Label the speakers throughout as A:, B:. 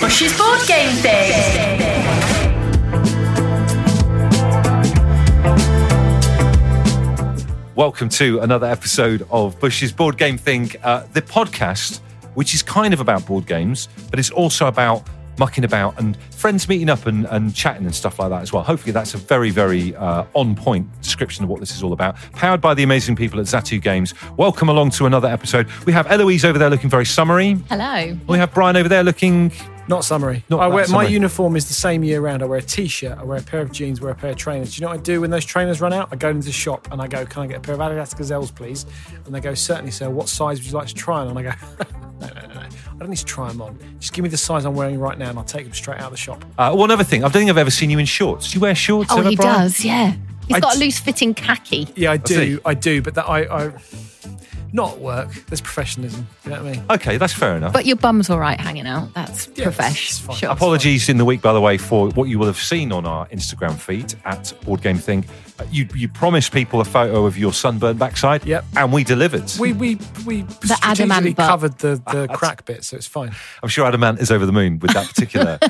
A: Bush's Board Game Day.
B: Welcome to another episode of Bush's Board Game Thing, uh, the podcast, which is kind of about board games, but it's also about mucking about and friends meeting up and, and chatting and stuff like that as well. Hopefully, that's a very, very uh, on point description of what this is all about. Powered by the amazing people at Zatu Games. Welcome along to another episode. We have Eloise over there looking very summery.
C: Hello.
B: We have Brian over there looking
D: Not summary.
B: Not
D: I
B: that
D: wear
B: summary.
D: my uniform is the same year round. I wear a t-shirt, I wear a pair of jeans, wear a pair of trainers. Do you know what I do when those trainers run out? I go into the shop and I go, "Can I get a pair of Adidas Gazelles, please?" And they go, "Certainly, sir. What size would you like to try on?" And I go, "No, no, no, no. I don't need to try them on. Just give me the size I'm wearing right now, and I'll take them straight out of the shop."
B: Uh, one other thing, I don't think I've ever seen you in shorts. Do you wear shorts?
C: Oh,
B: ever,
C: he
B: Brian?
C: does, yeah. He's
B: I
C: got a
B: d-
C: loose fitting khaki.
D: Yeah, I do.
B: see.
D: I do, but that I, I not at work. There's professionalism. You know what I mean?
B: Okay, that's fair enough.
C: But your bum's all right hanging out. That's
D: Yeah, it's- it's
C: profesh.
D: fine.
C: Sure.
B: Apologies in the week, by the way, for what you will have seen on our Instagram feed at Board Game Thing. Uh, You you promised people a photo of your sunburned backside,
D: Yep.
B: and we delivered.
D: We we we
C: The Adam and
D: strategically
C: Butt.
D: covered the the crack bit, so it's fine.
B: I'm sure Adamant is over the moon with that particular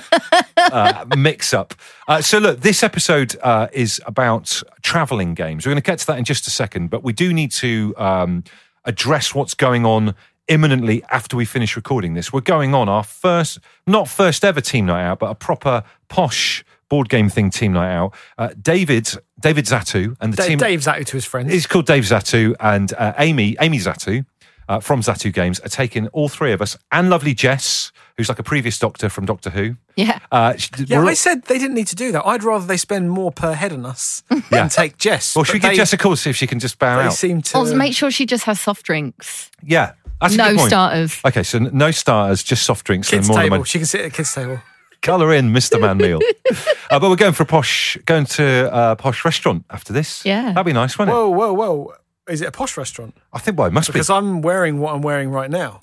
B: uh, mix up. Uh, so, look, this episode uh, is about traveling games. We're going to get to that in just a second, but we do need to um, address what's going on imminently after we finish recording this. We're going on our first, not first ever team night out, but a proper posh board game thing team night out. Uh, David, David Zatu, and the
D: Dave,
B: team.
D: Dave's out to his friends.
B: It's called Dave Zatu and uh, Amy, Amy Zatu uh, from Zatu Games are taking all three of us and lovely Jess, who's like a previous doctor from Doctor Who.
C: Yeah.
B: Uh, she-
D: Yeah,
B: we're-
D: I said they didn't need to do that. I'd rather they spend more per head on us than take Jess.
B: well,
D: But
B: should we give
D: they,
B: Jess a call see if she can just bow
D: They
B: out?
D: seem to.
C: Also, make sure she just has soft drinks.
B: yeah, that's a
C: No
B: good point.
C: starters.
B: Okay, so n- no starters, just soft drinks.
D: kids
B: and more
D: table.
B: than
D: She can sit at a kids table.
B: colour in, Mister Man Meal. uh, but we're going for a posh, going to a posh restaurant after this.
C: Yeah.
B: that'd be nice, wouldn't it?
D: Whoa, whoa, whoa! Is it a posh restaurant?
B: I think well, it must
D: Because
B: be.
D: I'm wearing what I'm wearing right now.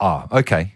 B: ah, okay.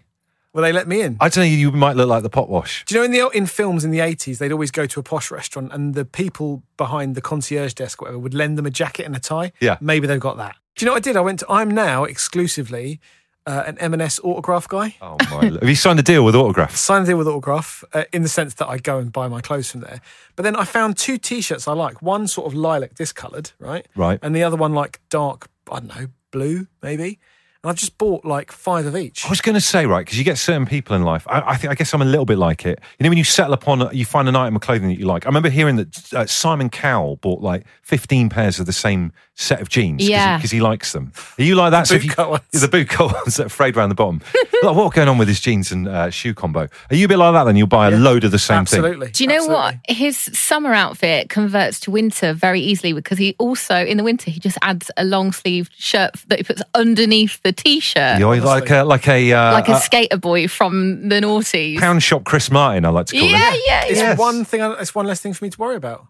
D: Will they let me in?
B: I don't know. You might look like the pot wash.
D: do you know in the in films in the 80s they'd always go to a posh restaurant and the people behind the concierge desk or whatever would lend them a jacket and a tie?
B: Yeah.
D: Maybe they've got that. Do you know what I did? I went to I'm now exclusively uh, an M&S autograph guy.
B: Oh my! Have you signed a deal with autographs?
D: sign a deal with Autograph uh, in the sense that I go and buy my clothes from there. But then I found two T-shirts I like. One sort of lilac discoloured, right?
B: Right.
D: And the other one like dark, I don't know, blue maybe. And I've just bought like five of each.
B: I was going to say, right, because you get certain people in life. I, I think I guess I'm a little bit like it. You know, when you settle upon, a, you find an item of clothing that you like. I remember hearing that uh, Simon Cowell bought like 15 pairs of the same set of jeans.
C: Yeah.
B: because he, likes them. Are you like that? if you-
D: bootcut ones.
B: The bootcut ones that are frayed around the bottom. like, what's going on with his jeans and uh, shoe combo? Are you a bit like that? Then you'll buy a load of the same thing.
D: Absolutely.
C: Do you know
D: Absolutely.
C: what? His summer outfit converts to winter very easily because he also, in the winter, he just adds a long sleeved shirt that he puts underneath the t shirt.
B: You're like a like a, uh,
C: Like a
B: a
C: skater boy from the noughties.
B: pound shop Chris Martin. I like to call
C: yeah,
B: him.
C: yeah,
D: It's
C: yeah.
B: Yes.
D: one thing. I- It's one less thing for me to worry about.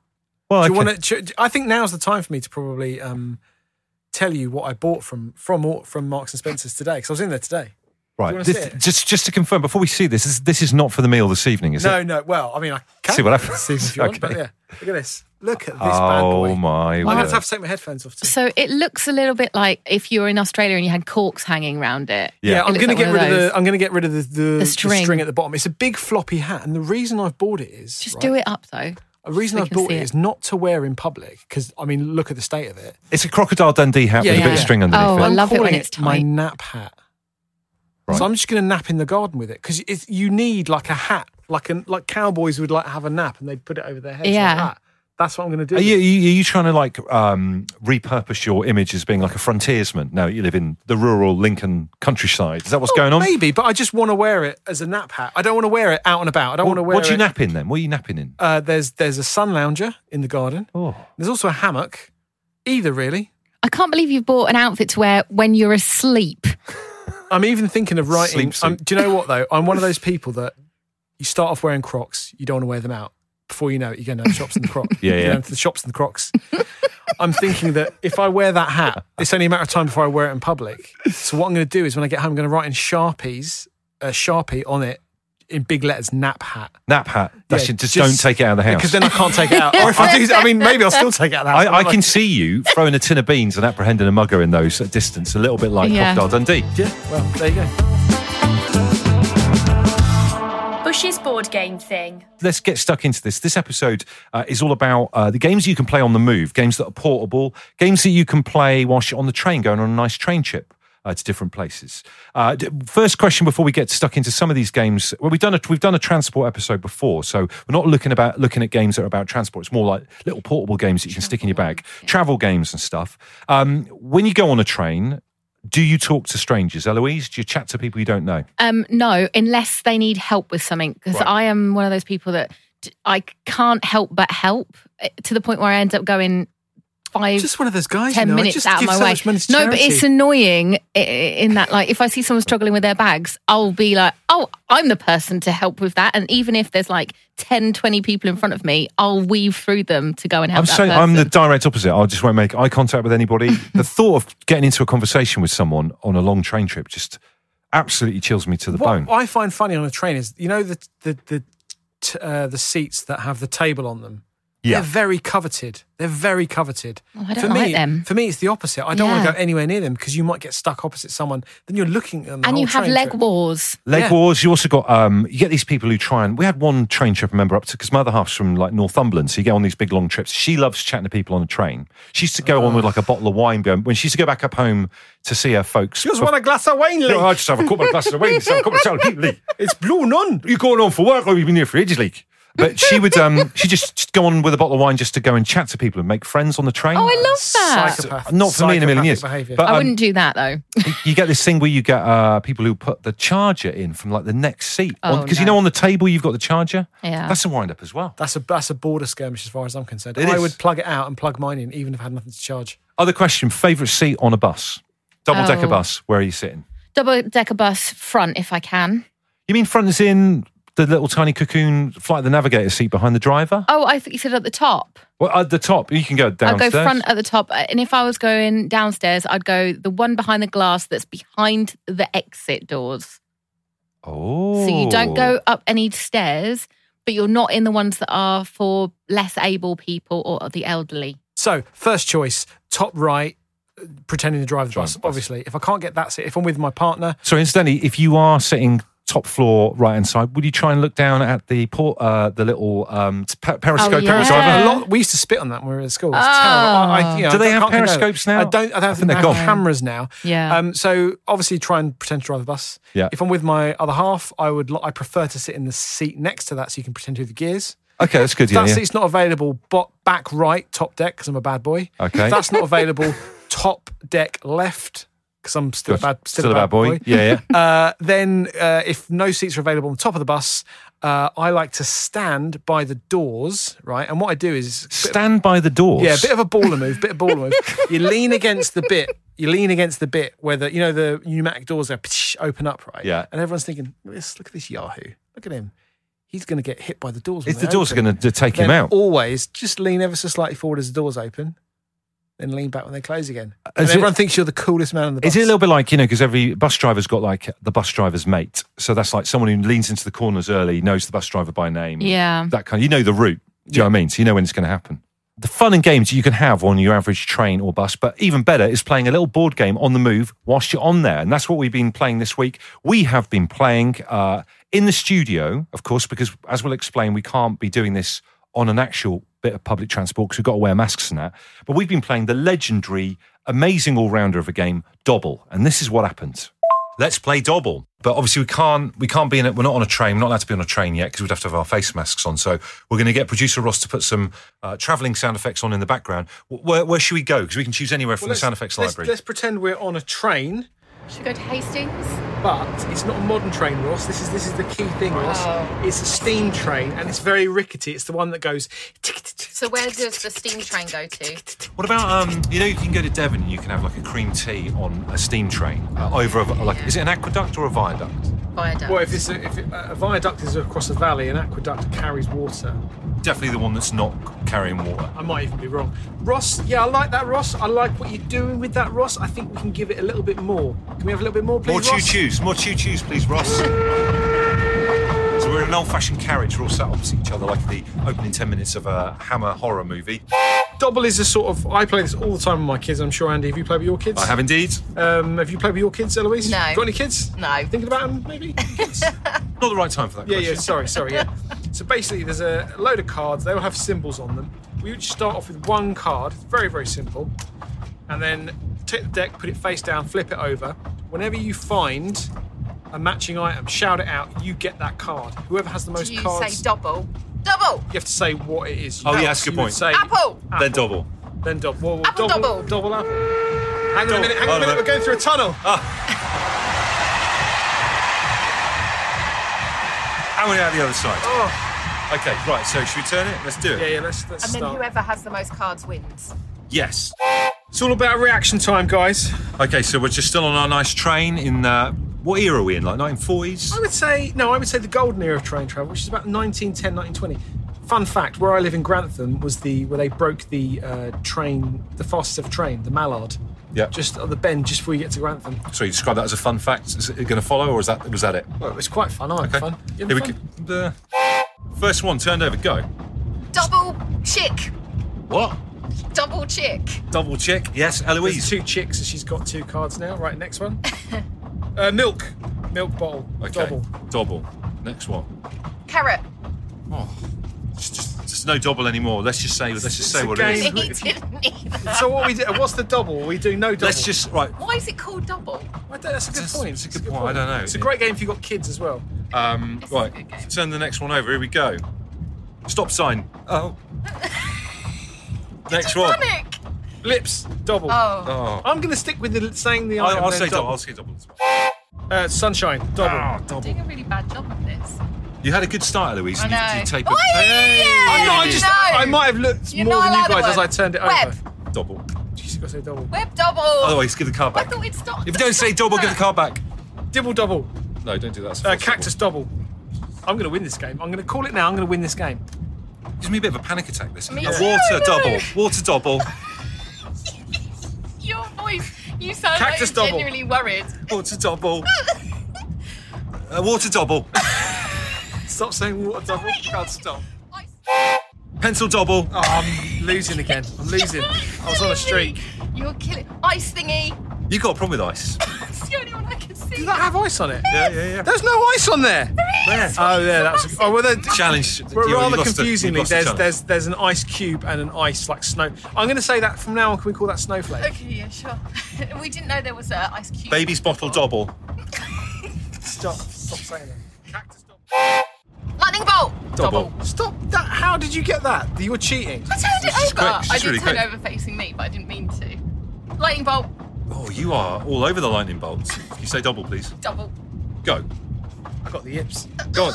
B: Well,
D: Do
B: okay.
D: you want to? I think now's the time for me to probably um, tell you what I bought from from Au- from Marks and Spencers today because I was in there today.
B: right?
D: you wanna
B: This-
D: see it?
B: just just to confirm before we see this, this, this is not for the meal this evening, is it?
D: no, no. Well, I mean, I can
B: See what
D: if
B: happens.
D: you want, but
B: Okay.
D: yeah, look at this. Look at this bad boy.
B: Oh my!
D: I'm going
B: word.
D: to have to take my headphones off too.
C: So it looks a little bit like if you were in Australia and you had corks hanging round it.
D: Yeah,
B: Yeah.
C: It
D: I'm
C: looks
D: going to
C: like one
D: get rid
C: of
D: of
C: those.
D: the. I'm going to get rid of the, the, the string.
C: string.
D: at the bottom. It's a big floppy hat, and the reason I've bought it is
C: Just do it up though.
D: The reason
C: we
D: I've
C: can
D: bought
C: see
D: it
C: it.
D: is not to wear in public because I mean, look at the state of it.
B: It's a crocodile Dundee hat
D: Yeah,
B: with a
D: yeah,
B: bit of
D: yeah.
B: string underneath
C: Oh,
B: it.
C: I love it when
D: calling
C: it's
D: my
C: tight.
D: nap hat.
B: Right.
D: So I'm just going to nap in the garden with it because you need like a hat, like an, like cowboys would like have a nap and they'd put it over their heads.
C: Yeah.
D: like that. that's what I'm going to do.
B: Are you, are you, are you trying to like um, repurpose your image as being like a frontiersman now that you live in the rural Lincoln countryside? Is that what's
D: Well,
B: going on?
D: Oh, Maybe, but I just want to wear it as a nap hat. I don't want to wear it out and about. I don't
B: What,
D: want to wear
B: what do you
D: it.
B: nap in then? What are you napping in?
D: uh, there's there's a sun lounger in the garden.
B: Oh,
D: There's also a hammock. Either really.
C: I can't believe you've bought an outfit to wear when you're asleep.
D: I'm even thinking of writing.
B: Sleep
D: I'm,
B: suit.
D: do you know what though? I'm one of those people that you start off wearing Crocs, you don't want to wear them out. Before you know it, you go down to the shops and the Croc.
B: Yeah,
D: you
B: yeah.
D: Go down to the shops and the Crocs. I'm thinking that if I wear that hat, it's only a matter of time before I wear it in public. So what I'm going to do is when I get home, I'm going to write in Sharpies, a Sharpie on it in big letters, nap hat.
B: nap hat. That's
D: Yeah,
B: it. just, don't take it out of the house.
D: Because then I can't take it out. Or if I do, I mean, maybe I'll still take it out of the house.
B: I, I can see you throwing a tin of beans and apprehending a mugger in those at distance, a little bit like
C: Yeah.
B: Crocodile Dundee.
D: Yeah, well, there you go.
A: Bush's board game thing.
B: let's get stuck into this. This episode uh, is all about uh, the games you can play on the move, games that are portable, games that you can play whilst you're on the train going on a nice train trip. Uh, to different places. Uh, d- first question before we get stuck into some of these games. Well, we've done a we've done a transport episode before, so we're not looking about looking at games that are about transport. It's more like little portable games that you can stick in your bag, travel games and stuff. Um, when you go on a train, do you talk to strangers, Eloise? Do you chat to people you don't know?
C: Um, no, unless they need help with something, because
B: Right.
C: I am one of those people that d- I can't help but help eh, to the point where I end up going five,
E: Just one of those guys.
C: ten
E: you know, I
C: minutes
E: just
C: out of
E: give
C: my
E: so
C: way.
E: much money to
C: No, but
E: charity.
C: it's annoying i- in that, like, if I see someone struggling with their bags, I'll be like, oh, I'm the person to help with that. And even if there's like 10, 20 people in front of me, I'll weave through them to go and help.
B: I'm
C: that
B: so I'm the
C: person.
B: direct opposite. I just won't make eye contact with anybody. the thought of getting into a conversation with someone on a long train trip just absolutely chills me to the
D: What
B: bone.
D: I find funny on a train is you know the the the t- uh, the seats that have the table on them.
B: Yeah.
D: They're very coveted. They're very coveted.
C: Oh, I don't
D: for me,
C: like them.
D: For me, it's the opposite. I don't want
C: Yeah.
D: to go anywhere near them because you might get stuck opposite someone. Then you're looking at them. the
C: And you
D: whole
C: have
D: train
C: leg
D: trip.
C: wars.
B: Leg
D: Yeah.
B: wars. You also got um, you get these people who try and we had one train trip. I remember up to because my other half's from like Northumberland, so you get on these big long trips. She loves chatting to people on the train. She used to go on with like a bottle of wine. Going when she used to go back up home to see her folks.
D: Just want a glass of wine,
B: No,
D: Lee.
B: I just have a couple of glasses of wine. Just have a couple of people. Lee.
D: It's blue nun.
B: you going on for work or you've been here for ages, leak? But she would, um, she just, just go on with a bottle of wine just to go and chat to people and make friends on the train.
C: Oh, I love that.
D: Psychopath.
B: Not for me in a million
D: Psychopathic
B: years.
D: behaviour.
B: But
C: I
B: um,
C: wouldn't do that though.
B: you get this thing where you get uh, people who put the charger in from like the next seat because
C: Oh,
B: you
C: no.
B: know on the table you've got the charger.
C: Yeah.
B: that's a wind up as well.
D: That's a that's a border skirmish as far as I'm concerned.
B: It
D: I
B: is.
D: would plug it out and plug mine in, even if I had nothing to charge.
B: Other question: favorite seat on a bus, double decker
C: Oh.
B: bus. Where are you sitting?
C: Double decker bus front if I can.
B: You mean front is in the little tiny cocoon flight of the navigator seat behind the driver?
C: Oh, I thought you said at the top.
B: Well, at the top you can go
C: I'd go
B: downstairs.
C: front at the top. Uh, And if I was going downstairs, I'd go the one behind the glass that's behind the exit doors.
B: oh,
C: uh, So you don't go up any stairs, but you're not in the ones that are for less able people or the elderly.
D: So first choice, top right, uh, pretending to drive the
B: Drive
D: bus.
B: the bus.
D: Obviously, if I can't get that seat, if I'm with my partner,
B: So, incidentally, if you are sitting top floor right hand side, would you try and look down at the port, uh, the little um, t- pe- periscope?
C: yeah.
D: a
C: Yeah.
D: lot. We used to spit on that when we were at school. It's
C: Oh.
D: terrible. I, I, you know,
B: Do
D: I
B: they
D: don't-
B: have
D: can't condone it.
B: periscopes now?
D: I don't. I don't
B: I
D: think
B: think
D: they
B: they're
D: have
B: gone.
D: cameras now.
C: Yeah.
D: Um, so obviously, try and pretend to drive the bus.
B: Yeah.
D: If I'm with my other half, I would. li- I prefer to sit in the seat next to that, so you can pretend to do the gears.
B: Okay, that's good.
D: If
B: Yeah,
D: that
B: yeah.
D: seat's not available, but back right, top deck, because I'm a bad boy.
B: Okay.
D: If that's not available, top deck left, because I'm still a bad, still, a bad boy.
B: Yeah, yeah.
D: Uh, then, uh, if no seats are available on top of the bus, uh, I like to stand by the doors, right? And what I do is,
B: Stand by the doors.
D: yeah, a bit of a baller move, bit of baller move. You lean against the bit. You lean against the bit where the you know the pneumatic doors are psh, open up, right?
B: Yeah.
D: And everyone's thinking, look at this, look at this Yahoo, look at him. He's going to get hit by the doors. when
B: If
D: they
B: the doors are
D: open."
B: going to take
D: then
B: him out.
D: Always just lean ever so slightly forward as the doors open, then lean back when they close again. And
B: Is it-
D: everyone thinks you're the coolest man on the bus.
B: Is it a little bit like, you know, because every bus driver's got like the bus driver's mate. So that's like someone who leans into the corners early, knows the bus driver by name.
C: Yeah.
B: That kind you know the route. Do you know what I mean? So you know when it's going to happen. The fun and games you can have on your average train or bus, but even better is playing a little board game on the move whilst you're on there. And that's what we've been playing this week. We have been playing uh, in the studio, of course, because as we'll explain, we can't be doing this on an actual bit of public transport because we've got to wear masks and that. But we've been playing the legendary, amazing all rounder of a game, Dobble. And this is what happened let's play Dobble. But obviously we can't we can't be in it. We're not on a train. We're not allowed to be on a train yet because we'd have to have our face masks on. So we're going to get producer Ross to put some uh, traveling sound effects on in the background. Wh- Where, where should we go? Because we can choose anywhere from the sound effects library.
D: Let's pretend we're on a train,
C: Should we go to Hastings?
D: but it's not a modern train, Ross. This is this is the key thing, Ross. It's a steam train, and it's very rickety. It's the one that goes.
C: So where does the steam train go to?
B: What about um? You know you can go to Devon and you can have like a cream tea on a steam train uh, over a, like is it an aqueduct or a viaduct?
C: Viaduct.
D: Well, if it's a, if it, a viaduct is across a valley, an aqueduct carries water.
B: Definitely the one that's not carrying water.
D: I might even be wrong. Ross, yeah, I like that, Ross. I like what you're doing with that, Ross. I think we can give it a little bit more. Can we have a little bit more, please?
B: More choo
D: Ross?
B: choos, more choo choos, please, Ross. So we're in an old fashioned carriage, we're all sat opposite each other like the opening 10 minutes of a hammer horror movie.
D: Double is a sort of. I play this all the time with my kids. I'm sure Andy, have you played with your kids?
B: I have indeed. Uh,
D: Um, have you played with your kids, Eloise?
C: No.
D: Got any kids?
C: No.
D: Thinking about them, maybe. Kids?
B: Not the right time for that
D: Yeah, yeah,
B: question.
D: sorry, sorry, yeah. So basically, there's a load of cards. They all have symbols on them. We would just start off with one card, very, very simple, and then take the deck, put it face down, flip it over. Whenever you find a matching item, shout it out. You get that card. Whoever has the most
F: Do you
D: cards,
F: say double? Double!
D: you have to say what it is. You
B: Oh, yeah,
D: have-
B: that's a good
D: you would
B: point.
D: Say
F: Apple!
D: Apple.
B: Then double.
D: Then double. Well, well,
F: Apple
D: double,
F: double.
D: apple. Hang on a
B: Double. Ah.
D: minute. Hang on
B: Oh,
D: a minute.
B: no.
D: We're going through a tunnel.
B: How many out the other side? Okay, right. So should we turn it? Let's do it.
D: Oh. Yeah, yeah. Let's let's
F: And then
D: start.
F: whoever has the most cards wins.
B: Yes.
D: It's all about reaction time, guys.
B: Okay, so we're just still on our nice train in uh, what era are we in? Like 1940s?
D: I would say no. I would say the golden era of train travel, which is about 1910, 1920. Fun fact: where I live in Grantham was the where they broke the uh, train, the fastest ever train, the Mallard.
B: Yeah.
D: Just on the bend, just before you get to Grantham.
B: So you describe that as a fun fact. Is it going to follow, or is that was that it?
D: Well, it was quite fun. I had fun. You
B: Here
D: had
B: we
D: fun?
B: go. The first one turned over. Go.
F: Double chick!
B: What?
F: Double chick!
B: Double check. Yes,
D: There's
B: Eloise.
D: two chicks, so she's got two cards now. Right, next one. uh, milk, milk bottle,
B: Okay.
D: double.
B: Double. Next one.
F: Carrot!
B: Oh, just, just, there's no double anymore. Let's just say. Let's just
D: It's
B: say
D: a
B: what it
D: game.
B: is.
F: He didn't either.
D: So what we do? uh, What's the double? We do no double.
B: Let's just right.
F: Why is it called double?
D: I don't- that's a good
B: It's a-
D: point.
B: it's a good point. I don't know.
D: It's a great game if you've got kids as well.
B: Um,
F: is a
B: right.
F: good game.
B: Turn the next one over. Here we go. Stop sign. Oh. next one.
F: Titanic!
D: Lips, double.
F: Oh.
B: Oh.
D: I'm going to stick with the, saying the
B: I'll,
D: item.
B: I'll
D: then
B: say double. I'll say double. as well.
D: Uh, sunshine, double.
B: Ah, double.
F: Doing a really bad job of this.
B: You had a good start, Eloise.
F: I
B: and You, you
F: know.
B: tapered.
F: Oh, Oi!
D: I, know, I just,
F: No.
D: I might have looked
F: You're
D: more
F: not
D: than you
F: allowed
D: guys
F: one.
D: as I turned it
F: Web.
D: over.
B: Double.
D: She's got to say double.
F: Web double!
B: Otherwise, give the car
F: I
B: back.
F: thought we'd stop.
B: If you don't say double, give the car back.
D: Dibble double.
B: No, don't do that. It's a
D: Uh,
B: false
D: cactus double. I'm going to win this game. I'm going to call it now. I'm going to win this game.
B: double. Gives me a bit of a panic attack. This.
F: Me
B: a
F: too, I
B: water
F: know.
B: double. Water double.
F: Your voice, you sound
D: Cactus
F: like
D: double.
F: you're genuinely worried.
B: Water double. A water double.
D: Stop saying water
F: Oh
D: double. Can't stop.
F: I-
B: Pencil double.
D: Oh, I'm losing again. I'm losing. I was on a streak.
F: You're killing. Ice thingy!
B: You got a problem with ice?
F: It's the only one I can see.
D: Did that have ice on it?
B: Yeah, yeah,
D: There's no ice on there.
B: yeah. There.
D: Oh, yeah. That's. Oh, well, then.
B: Challenge.
D: But
B: You- you
D: rather
B: lost the- you
D: confusingly,
B: lost the
D: there's
B: challenge.
D: there's there's an ice cube and an ice like snow. I'm going to say that from now on. Can we call that snowflake?
F: Okay, yeah, sure. we didn't know there was an ice cube.
B: Baby's bottle double.
D: Stop. Stop saying that. Cactus double.
F: Lightning bolt.
B: Double.
D: Stop that! How did you get that? You were cheating.
F: I turned it
B: She's
F: over.
B: quick, she's
F: I did
B: really
F: turn
B: quick.
F: over facing me, but I didn't mean to. Lightning bolt.
B: Oh, you are all over the lightning bolts. Can you say double, please?
F: Double.
B: Go.
D: I got the yips.
B: Go on.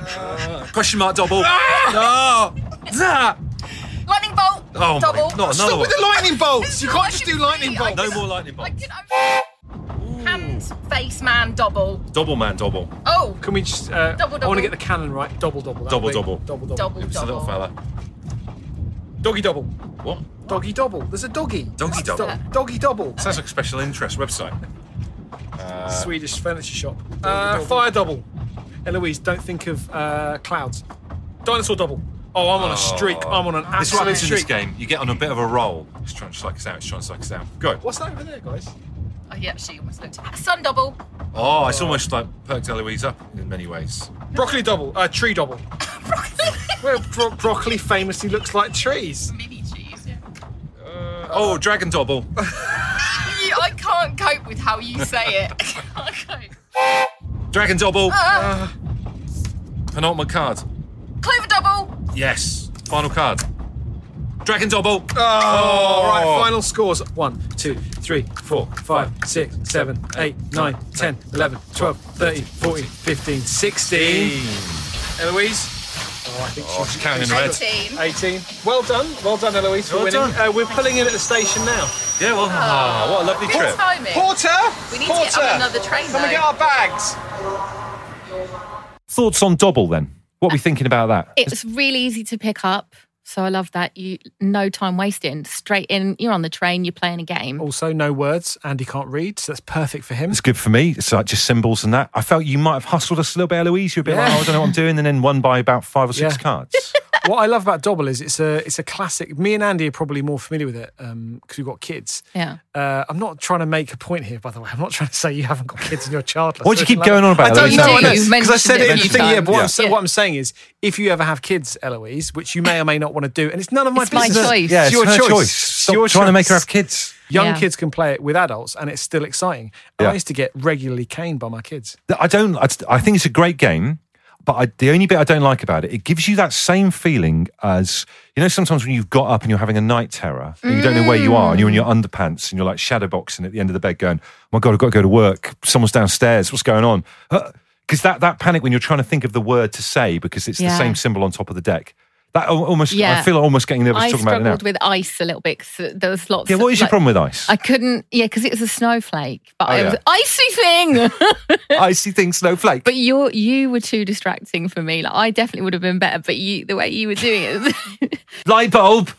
D: Uh,
B: Question mark double.
D: Ah!
B: no. That.
F: Lightning bolt.
B: Oh my-
F: double.
B: not another
D: Stop with
B: one.
D: the lightning bolts! You
F: It's all I
D: can't just
F: can
D: do lightning
F: see. I
D: bolts.
B: No more lightning
F: I
B: bolts.
F: did over. Hand, face, man, double.
B: Double man double.
F: Oh.
D: Can we just? Uh,
F: Double,
D: I want
F: double.
D: to get the cannon right. Double double. that'll
B: Double,
D: be-
B: double.
D: Double double.
F: Double.
B: It was a little
F: double.
B: fella.
D: Doggy double.
B: What?
D: Doggy double. There's a doggy.
B: Doggy double.
D: Do- doggy double.
B: Sounds like a special interest website. Uh,
D: Swedish furniture shop. uh, Fire double. Eloise, don't think of uh, clouds. Dinosaur double. Oh, I'm on a streak. I'm on an
B: This is what
D: absolute
B: happens in this
D: streak.
B: game. You get on a bit of a roll. It's trying to strike us out. It's trying to strike us out. Go.
D: What's that over there, guys?
F: Oh yeah, she almost looked. at- Sun double.
B: Oh, it's almost like perked Eloise up in many ways.
D: Broccoli double. Uh, tree double. well, bro- broccoli famously looks like trees.
F: Mini cheese. Yeah.
B: Oh, dragon double.
F: Eee, I can't cope with how you say it. I can't cope.
B: Dragon double.
F: Ah,
B: Penultimate card.
F: clover double.
B: Yes. Final card. Dragon double.
D: Ah. All
B: Oh,
D: right, final scores. 1, 2, 3, 4, 5, 6, 7, 8, 9, 10, 11, 12, 13, 14, 15, 16. Eloise? Oh, I think
B: Oh, she's counting in red.
F: Eighteen.
D: 18. Well done. Well done, Eloise, for
B: Well
D: winning.
B: done.
D: Uh, we're pulling in at the station now.
B: Yeah, well, ah, what a lovely
F: Good
B: trip.
F: timing.
D: Porter!
F: We need
D: Porter!
F: to get on another train
D: Come
F: though.
D: and get our bags.
B: Thoughts on double then? What are we thinking about that?
C: It's really easy to pick up. So I love that you no time wasting. Straight in, you're on the train, you're playing a game.
D: Also, no words. Andy can't read, so that's perfect for him.
B: It's good for me. It's like just symbols and that. I felt you might have hustled us a little bit, Eloise. You're a bit
D: Yeah.
B: like, oh, I don't know what I'm doing, and then won by about five or six
D: Yeah.
B: cards.
D: what I love about Dobble is it's a it's a classic. Me and Andy are probably more familiar with it because we've got kids.
C: Yeah.
D: Uh, I'm not trying to make a point here, by the way. I'm not trying to say you haven't got kids and you're childless.
G: Why'd
D: or
G: you
D: anything
G: keep
D: like
G: going
D: that.
G: on about
D: I
G: that?
D: don't
G: You
C: did,
D: know. I know.
C: you
D: Because I
C: mentioned
D: said
C: it
D: it in
C: a
D: the
C: few
D: thing. Yeah, but what, I'm,
C: times.
D: sa-
C: Yeah.
D: what I'm saying is, if you ever have kids, Eloise, which you may or may not want to do, and it's none of my
C: It's my
D: business.
C: choice.
G: Yeah,
D: It's
G: it's
D: your
G: her
D: choice.
G: choice.
D: It's
G: Stop
D: your
G: trying to make her
D: choice.
G: have kids.
D: Young
C: Yeah.
D: kids can play it with adults, and it's still exciting. And
G: Yeah.
D: I used to get regularly caned by my kids.
G: Th- I don't. I, I think it's a great game, but I, the only bit I don't like about it, it gives you that same feeling as you know sometimes when you've got up and you're having a night terror and you don't know where you are and you're in your underpants and you're like shadow boxing at the end of the bed, going, "My God, I've got to go to work. Someone's downstairs. What's going on?" Because that that panic when you're trying to think of the word to say because it's the
C: Yeah.
G: same symbol on top of deck. That al- almost. I
C: Yeah.
G: feel almost getting nervous
C: I
G: talking about it now.
C: struggled with ice a little bit because there was lots.
G: yeah. What is
C: of,
G: your
C: like-
G: problem with ice?
C: I couldn't, yeah, because it was a snowflake, but
G: Oh,
C: I
G: yeah.
C: was icy thing.
G: Icy thing, snowflake.
C: But you you were too distracting for me. Like I definitely would have been better, but you the way you were doing it, it
G: light bulb.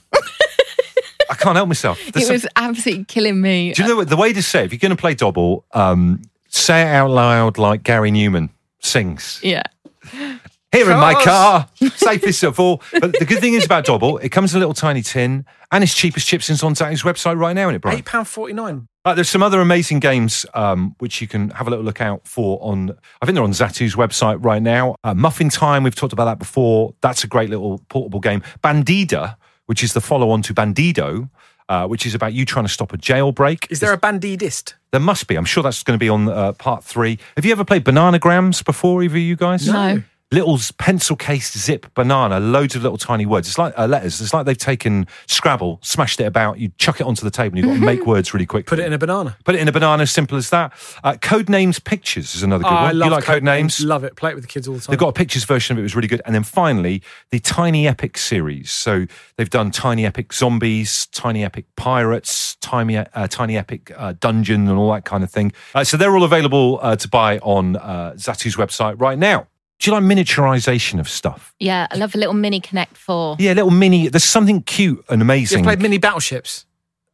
G: I can't help myself. There's
C: was,
G: some-
C: absolutely killing me.
G: Do you know what, the way to say? it, If you're going to play double, um, say it out loud like Gary Newman sings.
C: Uh, yeah.
G: Here in my car,
D: Cars.
G: safest of all. But the good thing is about double, it comes in a little tiny tin, and it's cheapest chips and on Daddy's website right now, in it, Brian?
D: Eight pound forty nine.
G: Uh, there's some other amazing games um, which you can have a little look out for on. I think they're on Zatu's website right now. Uh, Muffin Time, we've talked about that before. That's a great little portable game. Bandida, which is the follow-on to Bandido, uh, which is about you trying to stop a jailbreak.
D: Is there a bandidist?
G: There must be. I'm sure that's going to be on uh, part three. Have you ever played Bananagrams before, either of you guys?
C: No.
G: Little s- pencil case zip banana, loads of little tiny words. It's like uh, letters. It's like they've taken Scrabble, smashed it about, you chuck it onto the table, and you've got to make words really quick.
D: Put it in a banana.
G: Put it in a banana, as simple as that. Uh, Codenames Pictures is another good one.
D: Oh, I love
G: you like
D: code
G: Codenames?
D: Love it. Play it with the kids all the time.
G: They've got a pictures version of it, it was really good. And then finally, the Tiny Epic series. So they've done Tiny Epic Zombies, Tiny Epic Pirates, Tiny, uh, Tiny Epic uh, Dungeon, and all that kind of thing. Uh, so they're all available uh, to buy on uh, Zatu's website right now. Do you like miniaturization of stuff?
C: Yeah, I love a little mini Connect Four.
G: Yeah, little mini. There's something cute and
D: You've
G: amazing.
D: played mini battleships.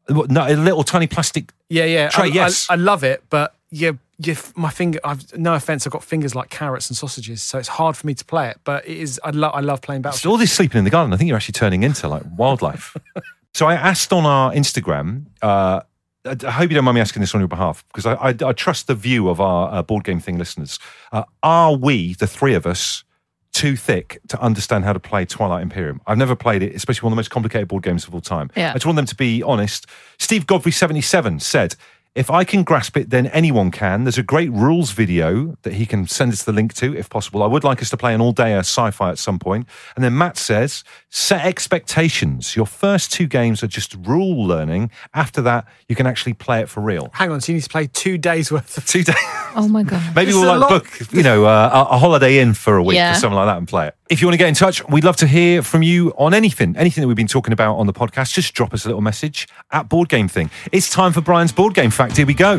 G: What, no, a little tiny plastic.
D: Yeah, yeah.
G: Try
D: I,
G: yes.
D: I, I love it, but yeah, yeah. My finger. I've no offense. I've got fingers like carrots and sausages, so it's hard for me to play it. But it is. I love. I love playing
G: It's
D: Battleship.
G: all this sleeping in the garden. I think you're actually turning into like wildlife. so I asked on our Instagram. Uh, I I hope you don't mind me asking this on your behalf because I, I, I trust the view of our uh, board game thing listeners. Uh, are we the three of us too thick to understand how to play Twilight Imperium? I've never played it, especially one of the most complicated board games of all time.
C: Yeah.
G: I just want them to be honest. Steve Godfrey seventy seven said. If I can grasp it, then anyone can. There's a great rules video that he can send us the link to, if possible. I would like us to play an all-dayer sci-fi at some point. And then Matt says, set expectations. Your first two games are just rule learning. After that, you can actually play it for real.
D: Hang on. So you need to play two days worth of.
G: Two days.
C: Oh my god.
G: Maybe
D: This
G: we'll
D: is a
G: like
D: lot.
G: book, you know, uh, a a holiday in for a week
C: Yeah.
G: or something like that and play it. If you want to get in touch, we'd love to hear from you on anything, anything that we've been talking about on the podcast. Just drop us a little message at Board Game Thing. It's time for Brian's Board Game Fact. Here we go.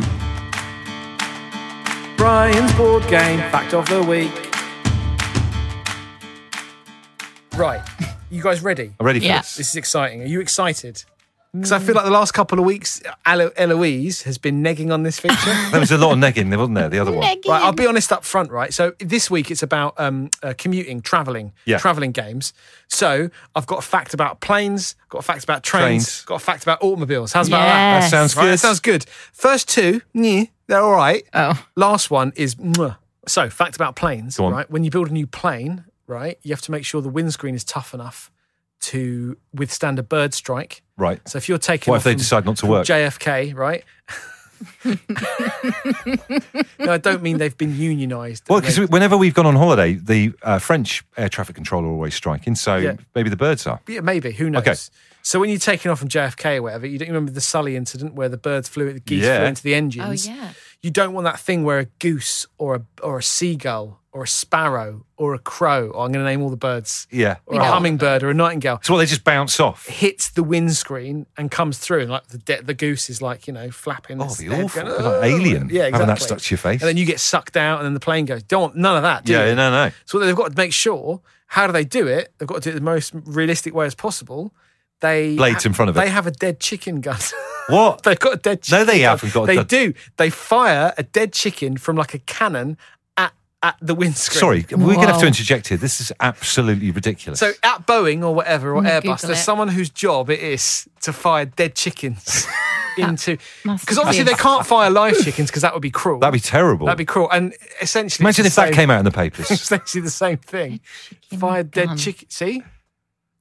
D: Brian's board game fact of the week. Right. You guys ready?
G: I'm ready for
C: Yeah.
G: this.
D: This is exciting. Are you excited? Because I feel like the last couple of weeks, Elo- Eloise has been negging on this feature.
G: There was a lot of negging, there wasn't there? The other one.
C: Negging.
D: Right, I'll be honest up front, right? So this week it's about um, uh, commuting, traveling,
G: Yeah.
D: traveling games. So I've got a fact about planes, got a fact about trains,
G: Trains.
D: got a fact about automobiles. How's about that?
C: Yes.
G: That sounds
D: Right,
G: good.
D: that sounds good. First two, yeah, they're all right.
C: Oh.
D: Last one is mwah. so fact about planes,
G: Go on.
D: right? When you build a new plane, right, you have to make sure the windscreen is tough enough to withstand a bird strike.
G: Right.
D: So if you're taking
G: What
D: off
G: if they
D: from-
G: decide not to
D: from
G: work?
D: JFK, right? no, I don't mean they've been unionised.
G: Well,
D: They-
G: because whenever we've gone on holiday, the uh, French air traffic controller are always striking, so
D: Yeah.
G: maybe the birds are.
D: yeah, maybe who knows.
G: Okay.
D: So when you're taking off from JFK or whatever, you don't you remember the Sully incident where the birds flew, the geese
G: Yeah.
D: flew into the engines.
C: Oh, yeah.
D: You don't want that thing where a goose or a or a seagull or a sparrow or a crow. Or I'm going to name all the birds.
G: Yeah.
D: Or a
C: don't.
D: hummingbird or a nightingale
G: So what, they just bounce off?
D: hits the windscreen and comes through, and like the de- the goose is like you know flapping.
G: Oh,
D: its
G: it'd be
D: head,
G: awful.
D: going,
G: It'd be like
D: "Oh."
G: Alien,
D: Yeah, exactly.
G: having that stuck to your face.
D: and then you get sucked out, and then the plane goes. Don't want none of that. Do
G: Yeah,
D: you?
G: no, no.
D: So they've got to make sure. How do they do it? They've got to do it the most realistic way as possible. They
G: Blades in front of it.
D: They have a dead chicken gun.
G: What?
D: They've got a dead.
G: No,
D: chicken
G: they
D: gun.
G: haven't got a
D: They
G: dead-
D: do. They fire a dead chicken from like a cannon at at the windscreen.
G: Sorry, we're going to have to
C: Wow.
G: interject here. This is absolutely ridiculous.
D: So at Boeing or whatever or
C: gonna
D: Airbus,
C: Mm, Google
D: there's
C: it.
D: someone whose job it is to fire dead chickens into
C: must
D: because obviously
C: be-
D: they can't fire live chickens because that would be cruel.
G: That'd be terrible.
D: That'd be cruel. And essentially, it's
G: Imagine
D: the
G: if that
D: same-
G: came out in the papers.
D: Essentially the same thing. Fire dead
C: gun.
D: chicken. See,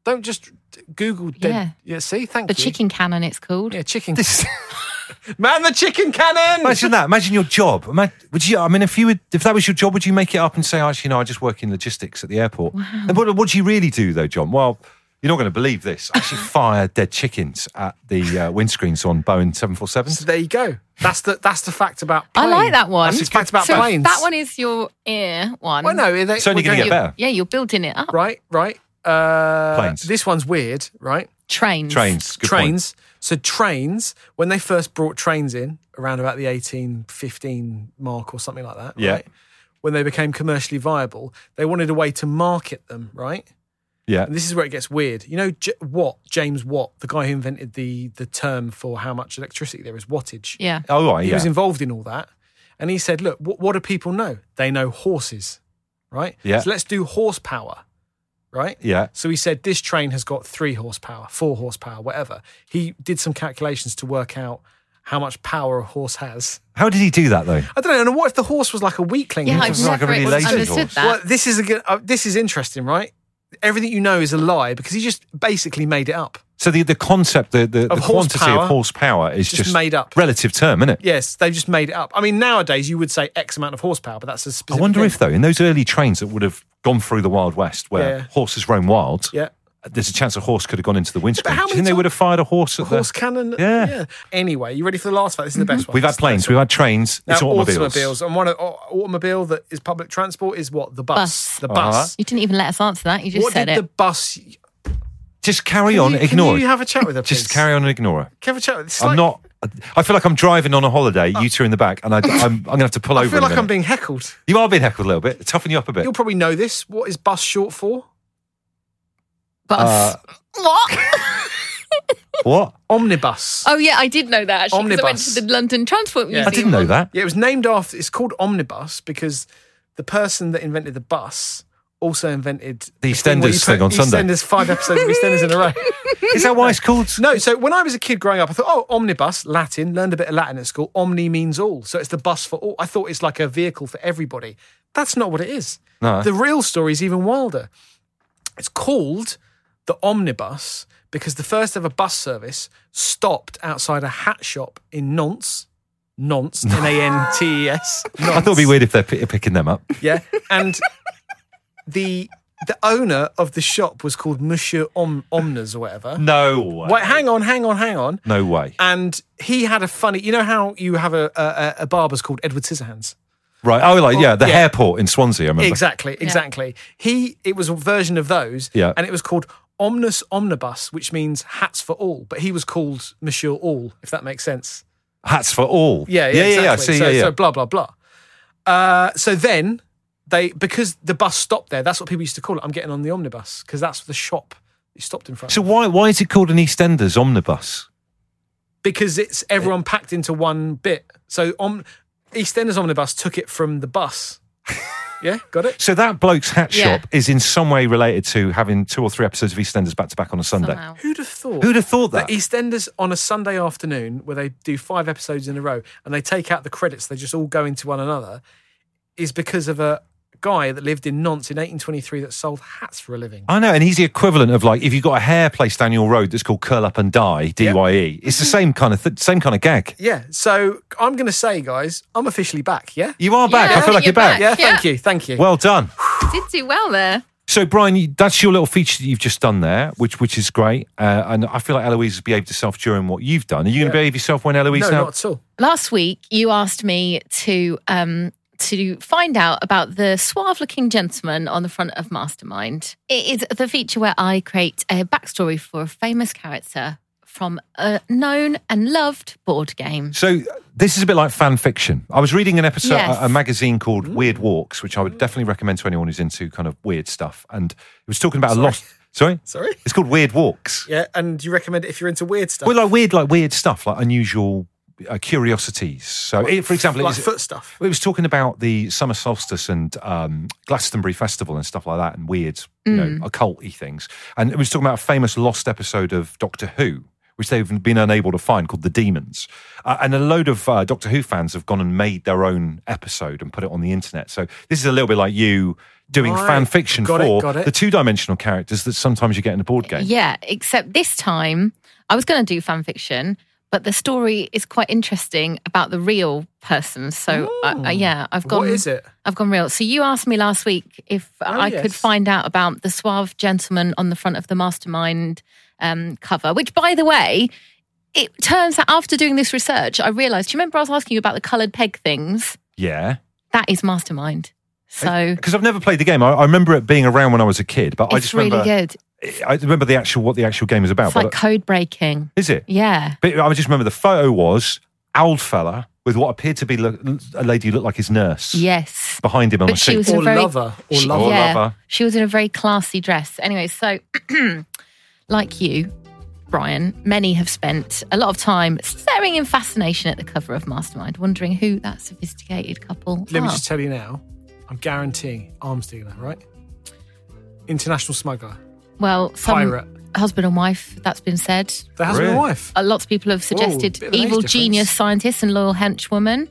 D: don't just Google dead. Yeah.
C: Yeah.
D: see, thank
C: The
D: you.
C: chicken cannon, it's called.
D: Yeah, chicken. Man, the chicken cannon.
G: Imagine that. Imagine your job. Ima- Would you? I mean, if you would, if that was your job, would you make it up and say, actually, no, I just work in logistics at the airport? And what, what do you really do though, John? Well, you're not going to believe this. I actually fire dead chickens at the uh, windscreens on Boeing 747s.
D: So there you go. That's the that's the fact about.
C: I
D: planes.
C: like that one.
D: That's the fact about
C: so if
D: planes.
C: That one is your ear one.
D: Well, no, they-
G: It's only
D: we're
G: going to
D: going-
G: get better.
C: Yeah, you're building it up.
D: Right, right. Uh,
G: Planes.
D: This one's weird, right?
C: Trains.
G: Trains. Good point.
D: trains. So trains, when they first brought trains in around about the 1815 mark or something like that,
G: Yeah.
D: right? When they became commercially viable, they wanted a way to market them, right?
G: Yeah.
D: And this is where it gets weird. You know J- Watt, James Watt, the guy who invented the the term for how much electricity there is, wattage.
C: Yeah.
G: Oh, right.
D: He
G: Yeah.
D: was involved in all that. And he said, look, what, what do people know? They know horses, right?
G: Yeah.
D: So let's do horsepower, right?
G: yeah.
D: So he said, this train has got three horsepower, four horsepower, whatever. He did some calculations to work out how much power a horse has.
G: How did he do that though?
D: I don't know. And what if the horse was like a weakling?
C: Yeah,
D: He
C: I've
D: was like-
G: a
C: never
G: really lazy
C: understood
G: horse.
C: that.
D: well, this is a good, uh, this is interesting, right? Everything you know is a lie because he just basically made it up.
G: So the, the concept, the, the, the quantity
D: horsepower.
G: of horsepower is
D: Just
G: just,
D: made up.
G: relative term, isn't it?
D: Yes, they've just made it up. I mean, nowadays you would say X amount of horsepower, but that's a
G: I
D: specific.
G: wonder
D: thing.
G: if though, in those early trains that would have gone through the Wild West, where
D: Yeah.
G: horses roam wild,
D: Yeah.
G: there's a chance a horse could have gone into the windscreen.
D: how
G: Do you think
D: many
G: they would
D: times-
G: have fired a horse at
D: Horse
G: the?
D: cannon.
G: Yeah. Mm-hmm.
D: Anyway, you ready for the last fact? This is the best one.
G: We've had
D: This is the
G: planes,
D: best one.
G: we've had trains.
D: Now,
G: it's automobiles.
D: And one of, au- automobile that is public transport is what? The bus.
C: Bus.
D: The
G: Uh-huh.
D: bus.
C: You didn't even let us answer that. You just
D: what
C: said
D: did
C: it.
D: the bus?
G: Just carry
D: Can
G: on,
D: you,
G: ignore
D: Can you
G: it.
D: have a chat with her?
G: Just
D: please?
G: carry on and ignore it.
D: Can you have a chat. With, it's
G: I'm
D: like- Oh.
G: not. I feel like I'm driving on a holiday. You two in the back, and I, am I'm going to have to pull
D: I
G: over.
D: feel
G: in a
D: like I'm
G: minute.
D: being heckled.
G: You are being heckled a little bit. Toughen you up a bit.
D: You'll probably know this. What is bus short for?
C: Bus. Uh, what?
G: What?
D: Omnibus.
C: oh, yeah, I did know that actually. 'cause I went
D: Omnibus.
C: to the London Transport
D: Yeah.
C: Museum.
G: I didn't know that.
D: Yeah, it was named after. It's called omnibus because the person that invented the bus also invented
G: The
D: thing where you
G: EastEnders thing
D: put
G: on Sunday.
D: EastEnders five episodes of EastEnders in a row.
G: Is that why it's called?
D: No, so when I was a kid growing up, I thought, oh, omnibus, Latin, learned a bit of Latin at school. Omni means all. So it's the bus for all. I thought it's like a vehicle for everybody. That's not what it is.
G: No.
D: The real story is even wilder. It's called the omnibus because the first ever bus service stopped outside a hat shop in Nantes. Nantes, N A N T E S.
G: I thought it'd be weird if they're p- picking them up.
D: Yeah. And the the owner of the shop was called Monsieur Om- Omnes or whatever.
G: No way.
D: Wait, hang on, hang on, hang on.
G: No way.
D: And he had a funny. You know how you have a a, a barber's called Edward Scissorhands.
G: Right. Oh, like yeah, the
D: Yeah.
G: airport in Swansea. I remember.
D: Exactly, exactly. He it was a version of those.
G: Yeah.
D: And it was called Omnus Omnibus, which means hats for all. But he was called Monsieur All, if that makes sense.
G: Hats for all.
D: Yeah, yeah,
G: yeah, yeah. I
D: exactly.
G: See,
D: so,
G: yeah, yeah.
D: so blah blah blah. Uh, so then they because the bus stopped there. That's what people used to call it. I'm getting on the omnibus because that's the shop it stopped in front.
G: So
D: of.
G: why why is it called an EastEnders omnibus?
D: because it's everyone packed into one bit. So Om- EastEnders omnibus took it from the bus. yeah, got it.
G: So that bloke's hat
C: Yeah.
G: shop is in some way related to having two or three episodes of EastEnders back to back on a Sunday.
C: Somehow.
D: Who'd have thought?
G: Who'd have thought that?
D: The EastEnders on a Sunday afternoon, where they do five episodes in a row, and they take out the credits, they just all go into one another, is because of a guy that lived in Nantes in 1823 that sold hats for a living.
G: I know, and he's the equivalent of like if you've got a hair placed down your road that's called curl up and die, D Y E. It's
C: Mm-hmm.
G: the same kind of th- same kind of gag.
D: Yeah, so I'm going to say, guys, I'm officially back. Yeah,
G: You are back.
C: Yeah,
G: I feel
C: I
G: like
C: think
G: you're
C: you're
G: back.
D: yeah.
C: Yeah.
D: Thank you, thank you.
G: Well done.
C: Did do well there.
G: So, Brian, you- that's your little feature that you've just done there, which which is great. Uh, and I feel like Eloise has behaved herself during what you've done. Are you going to behave yourself when Eloise
D: no,
G: now?
D: not at all.
C: Last week, you asked me to um, to find out about the suave-looking gentleman on the front of Mastermind. It is the feature where I create a backstory for a famous character from a known and loved board game.
G: So uh, this is a bit like fan fiction. I was reading an episode,
C: Yes.
G: a, a magazine called
D: Mm.
G: Weird Walks, which I would definitely recommend to anyone who's into kind of weird stuff. And it was talking about a lost. Sorry,
D: Sorry.
G: It's called Weird Walks.
D: Yeah, and you recommend it if you're into weird stuff.
G: Well, like weird, like weird stuff, like unusual uh, curiosities. So, it, for example, it
D: like
G: was-
D: foot stuff.
G: it was talking about the summer solstice and um, Glastonbury Festival and stuff like that, and weird, you know, occulty things. And it was talking about a famous lost episode of Doctor Who, which they've been unable to find, called The Demons. Uh, and a load of uh, Doctor Who fans have gone and made their own episode and put it on the internet. So this is a little bit like you doing
D: Right.
G: fan fiction
D: Got it,
G: for
D: got it.
G: the two-dimensional characters that sometimes you get in a board game.
C: Yeah, except this time I was going to do fan fiction, but the story is quite interesting about the real person. So I, I- yeah, I've gone.
D: What is it? Oh,
C: I've gone real. So you asked me last week if I could
D: yes.
C: find out about the suave gentleman on the front of the Mastermind um, cover, which, by the way. It turns out after doing this research, I realised. Do you remember I was asking you about the coloured peg things?
G: Yeah.
C: That is Mastermind. So
G: Because I've never played the game. I, I remember it being around when I was a kid, but I
C: it's
G: just
C: really
G: remember
C: good.
G: I remember the actual what the actual game is about.
C: It's
G: but uh,
C: like code breaking.
G: is it?
C: Yeah.
G: But I just remember the photo was old fella with what appeared to be look, a lady who looked like his nurse
C: Yes.
G: behind him on
C: But
G: the
C: she
G: seat.
C: was- It's a
D: Or
C: very-
D: lover? Or
C: She-
D: lover?
G: Or
C: yeah,
G: lover.
C: She was in a very classy dress. Anyway, so like you, Brian, many have spent a lot of time staring in fascination at the cover of Mastermind, wondering who that sophisticated couple
D: Let me
C: are.
D: just tell you now. I'm guaranteeing arms dealer, right? International smuggler,
C: well, some
D: pirate.
C: husband and wife, that's been said.
D: The husband and
G: Really?
D: wife.
C: Uh, Lots of people have suggested
D: bit of an age
C: evil
D: difference.
C: genius scientist and loyal henchwoman.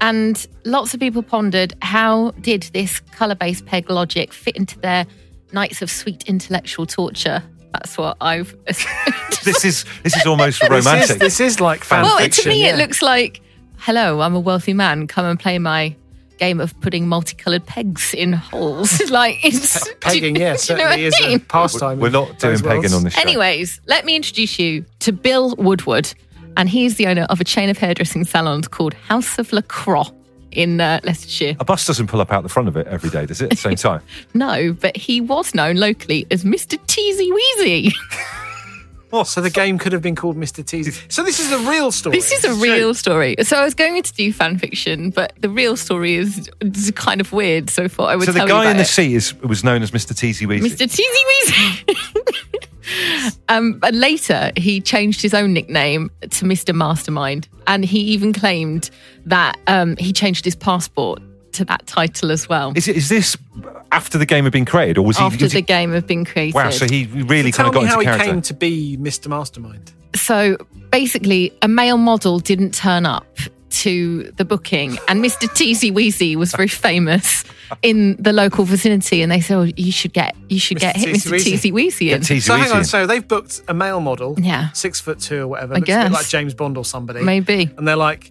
C: And lots of people pondered how did this colour based peg logic fit into their nights of sweet intellectual torture? That's what I've assumed.
G: This is this is almost
D: This is-
G: romantic.
D: This is, like fan
C: Well, it-
D: fiction.
C: to me,
D: yeah.
C: it looks like, hello, I'm a wealthy man. Come and play my game of putting multicolored pegs in holes. like it's
D: pegging.
C: do you-
D: Yeah,
C: do you know what
D: certainly is
C: I
D: a
C: mean?
D: pastime.
G: We're not doing pegging on this show.
C: Anyways, let me introduce you to Bill Woodward, and he's the owner of a chain of hairdressing salons called House of La Croix in uh, Leicestershire.
G: A bus doesn't pull up out the front of it every day, does it? At the same time.
C: No, but he was known locally as Mr. Teasy Weezy.
D: So the game could have been called Mr. Teasy. So this is the real story.
C: This is a real story. So I was going to do fan fiction, but the real story is, is kind of weird. So I thought I would
G: So the
C: tell you
G: guy
C: about
G: in the
C: it.
G: seat is was known as Mr. Teasy Weasy.
C: Mr. Teasy Weasy. um, and later, he changed his own nickname to Mr. Mastermind. And he even claimed that um, he changed his passport to that title as well
G: Is, it, is this after the game had been created, or was he?
C: after
G: was
C: the
G: he
C: game had been created.
G: wow, so he really kind
D: Tell
G: of got
D: me how
G: into
D: he
G: character.
D: came to be Mr. Mastermind.
C: so basically, a male model didn't turn up to the booking, and Mr. Teasy Weezy was very famous in the local vicinity. And they said, oh, "You should get, you should get hit,
D: Teasy
C: Mr. Teasy Weezy."
G: Get
C: In.
G: Teasy
D: So hang
G: Weasy
D: on.
G: in.
D: So they've booked a male model,
C: Yeah.
D: six foot two or whatever, looks a
C: guess.
D: bit like James Bond or somebody,
C: Maybe.
D: And they're like,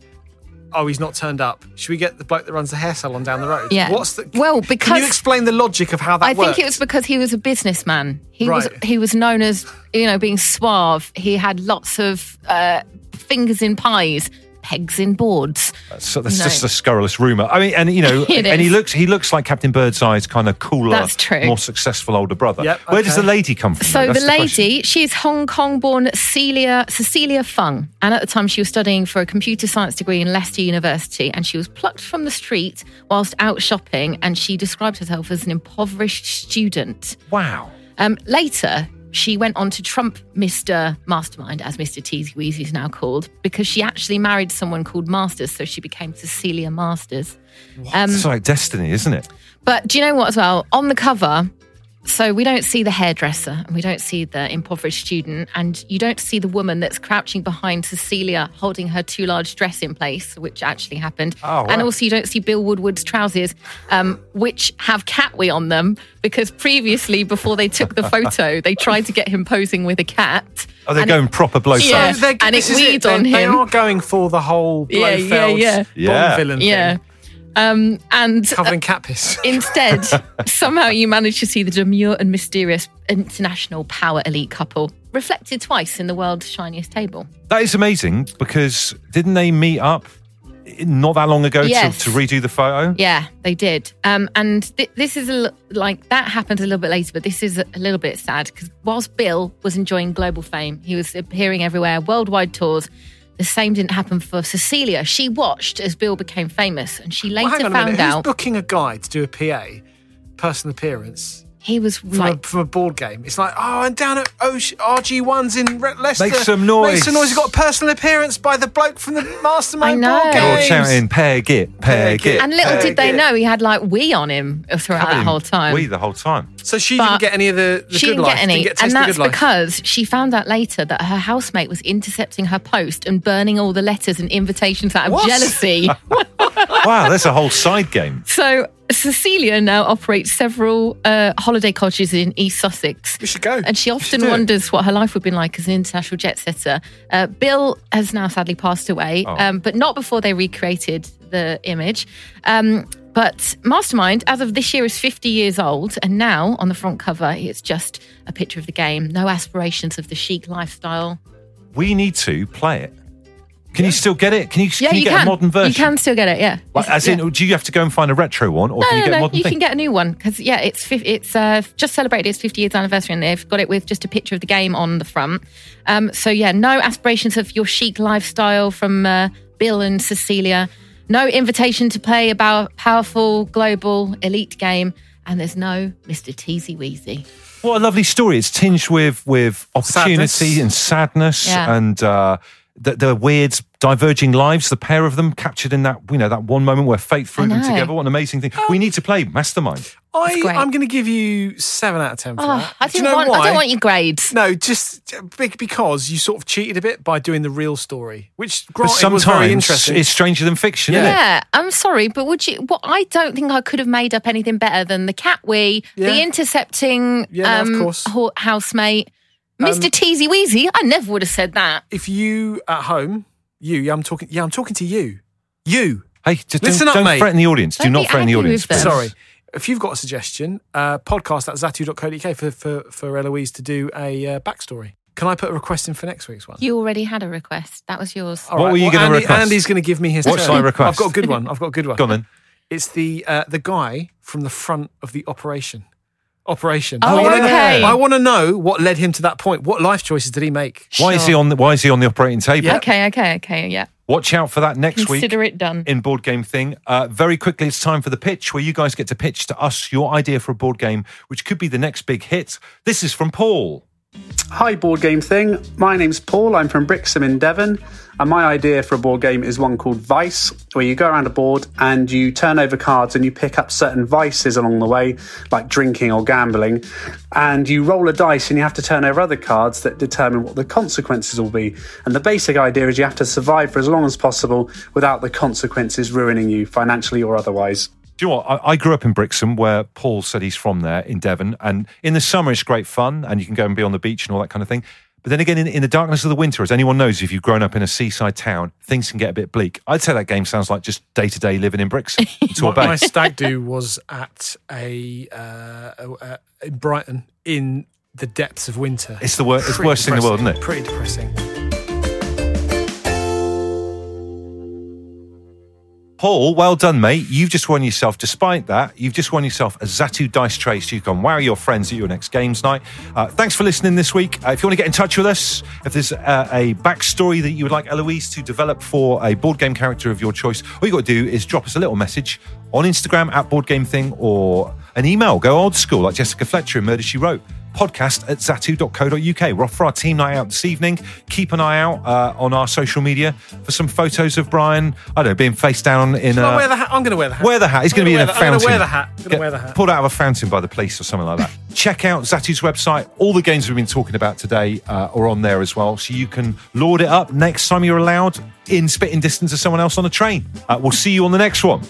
D: "Oh, he's not turned up. Should we get the bloke that runs the hair salon down the road?"
C: Yeah.
D: What's the?
C: Well,
D: can
C: because-
D: you explain the logic of how that
C: I think
D: worked?
C: it was because he was a businessman. He was
D: Right.
C: he was known as you know being suave. He had lots of uh, fingers in pies, pegs in boards.
G: So that's
C: No.
G: just a scurrilous rumor. I mean, and you know,
C: It
G: and he
C: is.
G: looks he looks like Captain Birdseye's kind of cooler,
C: That's true.
G: more successful older brother.
D: Yep,
G: Where does the
D: okay.
G: lady come from?
C: So
G: though? That's
C: the
G: question.
C: lady, she is Hong Kong-born Celia Cecilia Fung, and at the time she was studying for a computer science degree in Leicester University, and she was plucked from the street whilst out shopping, and she described herself as an impoverished student.
G: Wow.
C: Um, later, she went on to trump Mr. Mastermind, as Mr. Teasy Weasy is now called, because she actually married someone called Masters, so she became Cecilia Masters. Um,
G: It's like destiny, isn't it?
C: but do you know what, as well? On the cover, so we don't see the hairdresser and we don't see the impoverished student, and you don't see the woman that's crouching behind Cecilia holding her too large dress in place, which actually happened.
G: Oh, wow.
C: And also, you don't see Bill Woodward's trousers, um, which have catwee on them, because previously, before they took the photo, they tried to get him posing with a cat.
G: Oh, they're
C: And
G: going proper blow
C: Yeah.
G: sides.
D: They're-
C: and
D: this
C: it
D: is
C: weeds
D: They-
C: on
D: They
C: him.
D: are going for the whole
C: Yeah, yeah,
D: Blofeld
C: yeah.
G: Yeah.
D: Bond villain
C: Yeah.
D: thing,
C: Um, and
D: covering cat piss.
C: Instead, somehow you manage to see the demure and mysterious international power elite couple reflected twice in the world's shiniest table.
G: That is amazing because didn't they meet up not that long ago
C: Yes.
G: to, to redo the photo?
C: Yeah, they did. Um, and th- this is a l- like that happens a little bit later, but this is a little bit sad because whilst Bill was enjoying global fame, he was appearing everywhere, worldwide tours. The same didn't happen for Cecilia. She watched as Bill became famous, and she later
D: Well, hang on a
C: found
D: minute. Who's
C: out
D: booking a guy to do a PA, personal appearance?
C: He was
D: From,
C: like,
D: a, from a board game. It's like, oh, and down at RG1's in Re- Leicester.
G: Make some noise.
D: Make some noise. You got a personal appearance by the bloke from the Mastermind
C: I know.
D: board
C: They're
G: They're all
D: games.
G: shouting, Peg it, Peg it.
C: and little did they
D: Peg it.
C: know he had like we on him throughout that whole time.
G: We the whole time.
D: So she
C: But
D: didn't get any of the, the
C: she
D: good
C: didn't
D: life.
C: get any,
D: to
C: and
D: taste the
C: that's
D: good life.
C: because she found out later that her housemate was intercepting her post and burning all the letters and invitations out of
D: What?
C: jealousy.
G: Wow, that's a whole side game.
C: so Cecilia now operates several uh, holiday cottages in East Sussex.
D: We should go.
C: And she often
G: do it.
C: wonders what her life would have been like as an international jet setter. Uh, Bill has now sadly passed away,
G: Oh.
C: um, but not before they recreated the image. Um, but Mastermind, as of this year, is 50 years old. And now on the front cover, it's just a picture of the game. No aspirations of the chic lifestyle.
G: We need to play it. Can you still get it? Can you,
C: Yeah,
G: can you,
C: you
G: get
C: can.
G: a modern version?
C: You can still get it, yeah.
G: Like, as in, do you have to go and find a retro one, or can
C: No,
G: you
C: no,
G: get a
C: no.
G: modern
C: You
G: thing?
C: can get a new one because yeah, it's fif- it's uh, just celebrated its 50th anniversary, and they've got it with just a picture of the game on the front. Um, so yeah, no aspirations of your chic lifestyle from uh, Bill and Cecilia. No invitation to play about powerful global elite game, and there's no Mr. Teasy Weezy.
G: What a lovely story! It's tinged with with opportunity
D: Sadness.
G: and sadness,
C: Yeah.
G: and uh, the, the weird diverging lives. The pair of them captured in that you know that one moment where fate threw
C: I
G: them
C: know. Oh.
G: together. What an amazing thing! We need to play Mastermind.
D: I,
C: great.
D: I'm going to give you seven out of ten for
C: Oh,
D: that.
C: I
D: Do you
C: didn't
D: know
C: want.
D: why?
C: I don't want your grades.
D: No, just be- because you sort of cheated a bit by doing the real story, which granted was very
G: sometimes
D: interesting.
G: it's stranger than fiction,
D: Yeah.
G: isn't it?
C: Yeah, I'm sorry, but would you? Well, I don't think I could have made up anything better than the cat wee, the
D: Yeah.
C: intercepting
D: Yeah, no, of
C: um,
D: course. Um,
C: ho- housemate, Mr. Teasy Weezy. I never would have said that.
D: if you at home, you, yeah, I'm talking, yeah, I'm talking to you, you.
G: Hey, just
D: Listen up,
G: don't, don't
D: mate.
G: threaten the audience. Do
C: Don't
G: not
C: be
G: threaten the
C: angry
G: audience.
C: with them.
G: please.
D: Sorry. If you've got a suggestion, uh, podcast at zatu.co.uk for, for, for Eloise to do a uh, backstory. Can I put a request in for next week's one?
C: You already had a request. That was yours.
D: All
G: What were you gonna
D: Andy-
G: request?
D: Andy's going to give me his.
G: What
D: turn.
G: shall I request?
D: I've got a good one. I've got a good one.
G: Go on then.
D: It's the uh, the guy from the front of the operation. Operation.
C: Oh,
D: I wanna-
C: okay.
D: I want to know what led him to that point. What life choices did he make?
G: Why is he
C: Sure.
G: on? The, why is he on the operating table?
D: Yeah.
C: Okay, okay, okay. Yeah,
G: Watch out for that next week.
C: consider it done.
G: in board game thing. Uh, very quickly, it's time for the pitch where you guys get to pitch to us your idea for a board game, which could be the next big hit. This is from Paul.
H: Hi, Board Game Thing. My name's Paul. I'm from Brixham in Devon. And my idea for a board game is one called Vice, where you go around a board and you turn over cards and you pick up certain vices along the way, like drinking or gambling. And you roll a dice and you have to turn over other cards that determine what the consequences will be. And the basic idea is you have to survive for as long as possible without the consequences ruining you financially or otherwise.
G: Do you know what? I, I grew up in Brixham, where Paul said he's from there in Devon. And in the summer, it's great fun, and you can go and be on the beach and all that kind of thing. But then again, in, in the darkness of the winter, as anyone knows, if you've grown up in a seaside town, things can get a bit bleak. I'd say that game sounds like just day to day living in Brixham. It's all
D: My, my
G: about.
D: stag do was at a uh, uh, in Brighton in the depths of winter.
G: It's the wor- it's
D: Pretty
G: worst thing in the world, isn't
D: depressing.
G: it?
D: Pretty depressing.
G: Paul, well done, mate. You've just won yourself, despite that, you've just won yourself a Zatu dice tray so you can wow your friends at your next games night. Uh, thanks for listening this week. Uh, if you want to get in touch with us, if there's uh, a backstory that you would like Eloise to develop for a board game character of your choice, all you got to do is drop us a little message on Instagram at Board Game Thing or an email. Go old school like Jessica Fletcher in Murder She Wrote. Podcast at zatu.co.uk. We're off for our team night out this evening. Keep an eye out uh, on our social media for some photos of Brian, I don't know, being face down in
D: I'll
G: uh,
D: wear the hat. I'm going to wear the hat.
G: Wear the hat. He's
D: I'm
G: going to be in
D: gonna
G: a
D: wear the- I'm
G: fountain.
D: gonna wear the hat. I'm gonna
G: Get
D: wear the hat.
G: Pulled out of a fountain by the police or something like that. Check out Zatu's website. All the games we've been talking about today uh, are on there as well. So you can lord it up next time you're allowed in spitting distance of someone else on a train. Uh, we'll see you on the next one.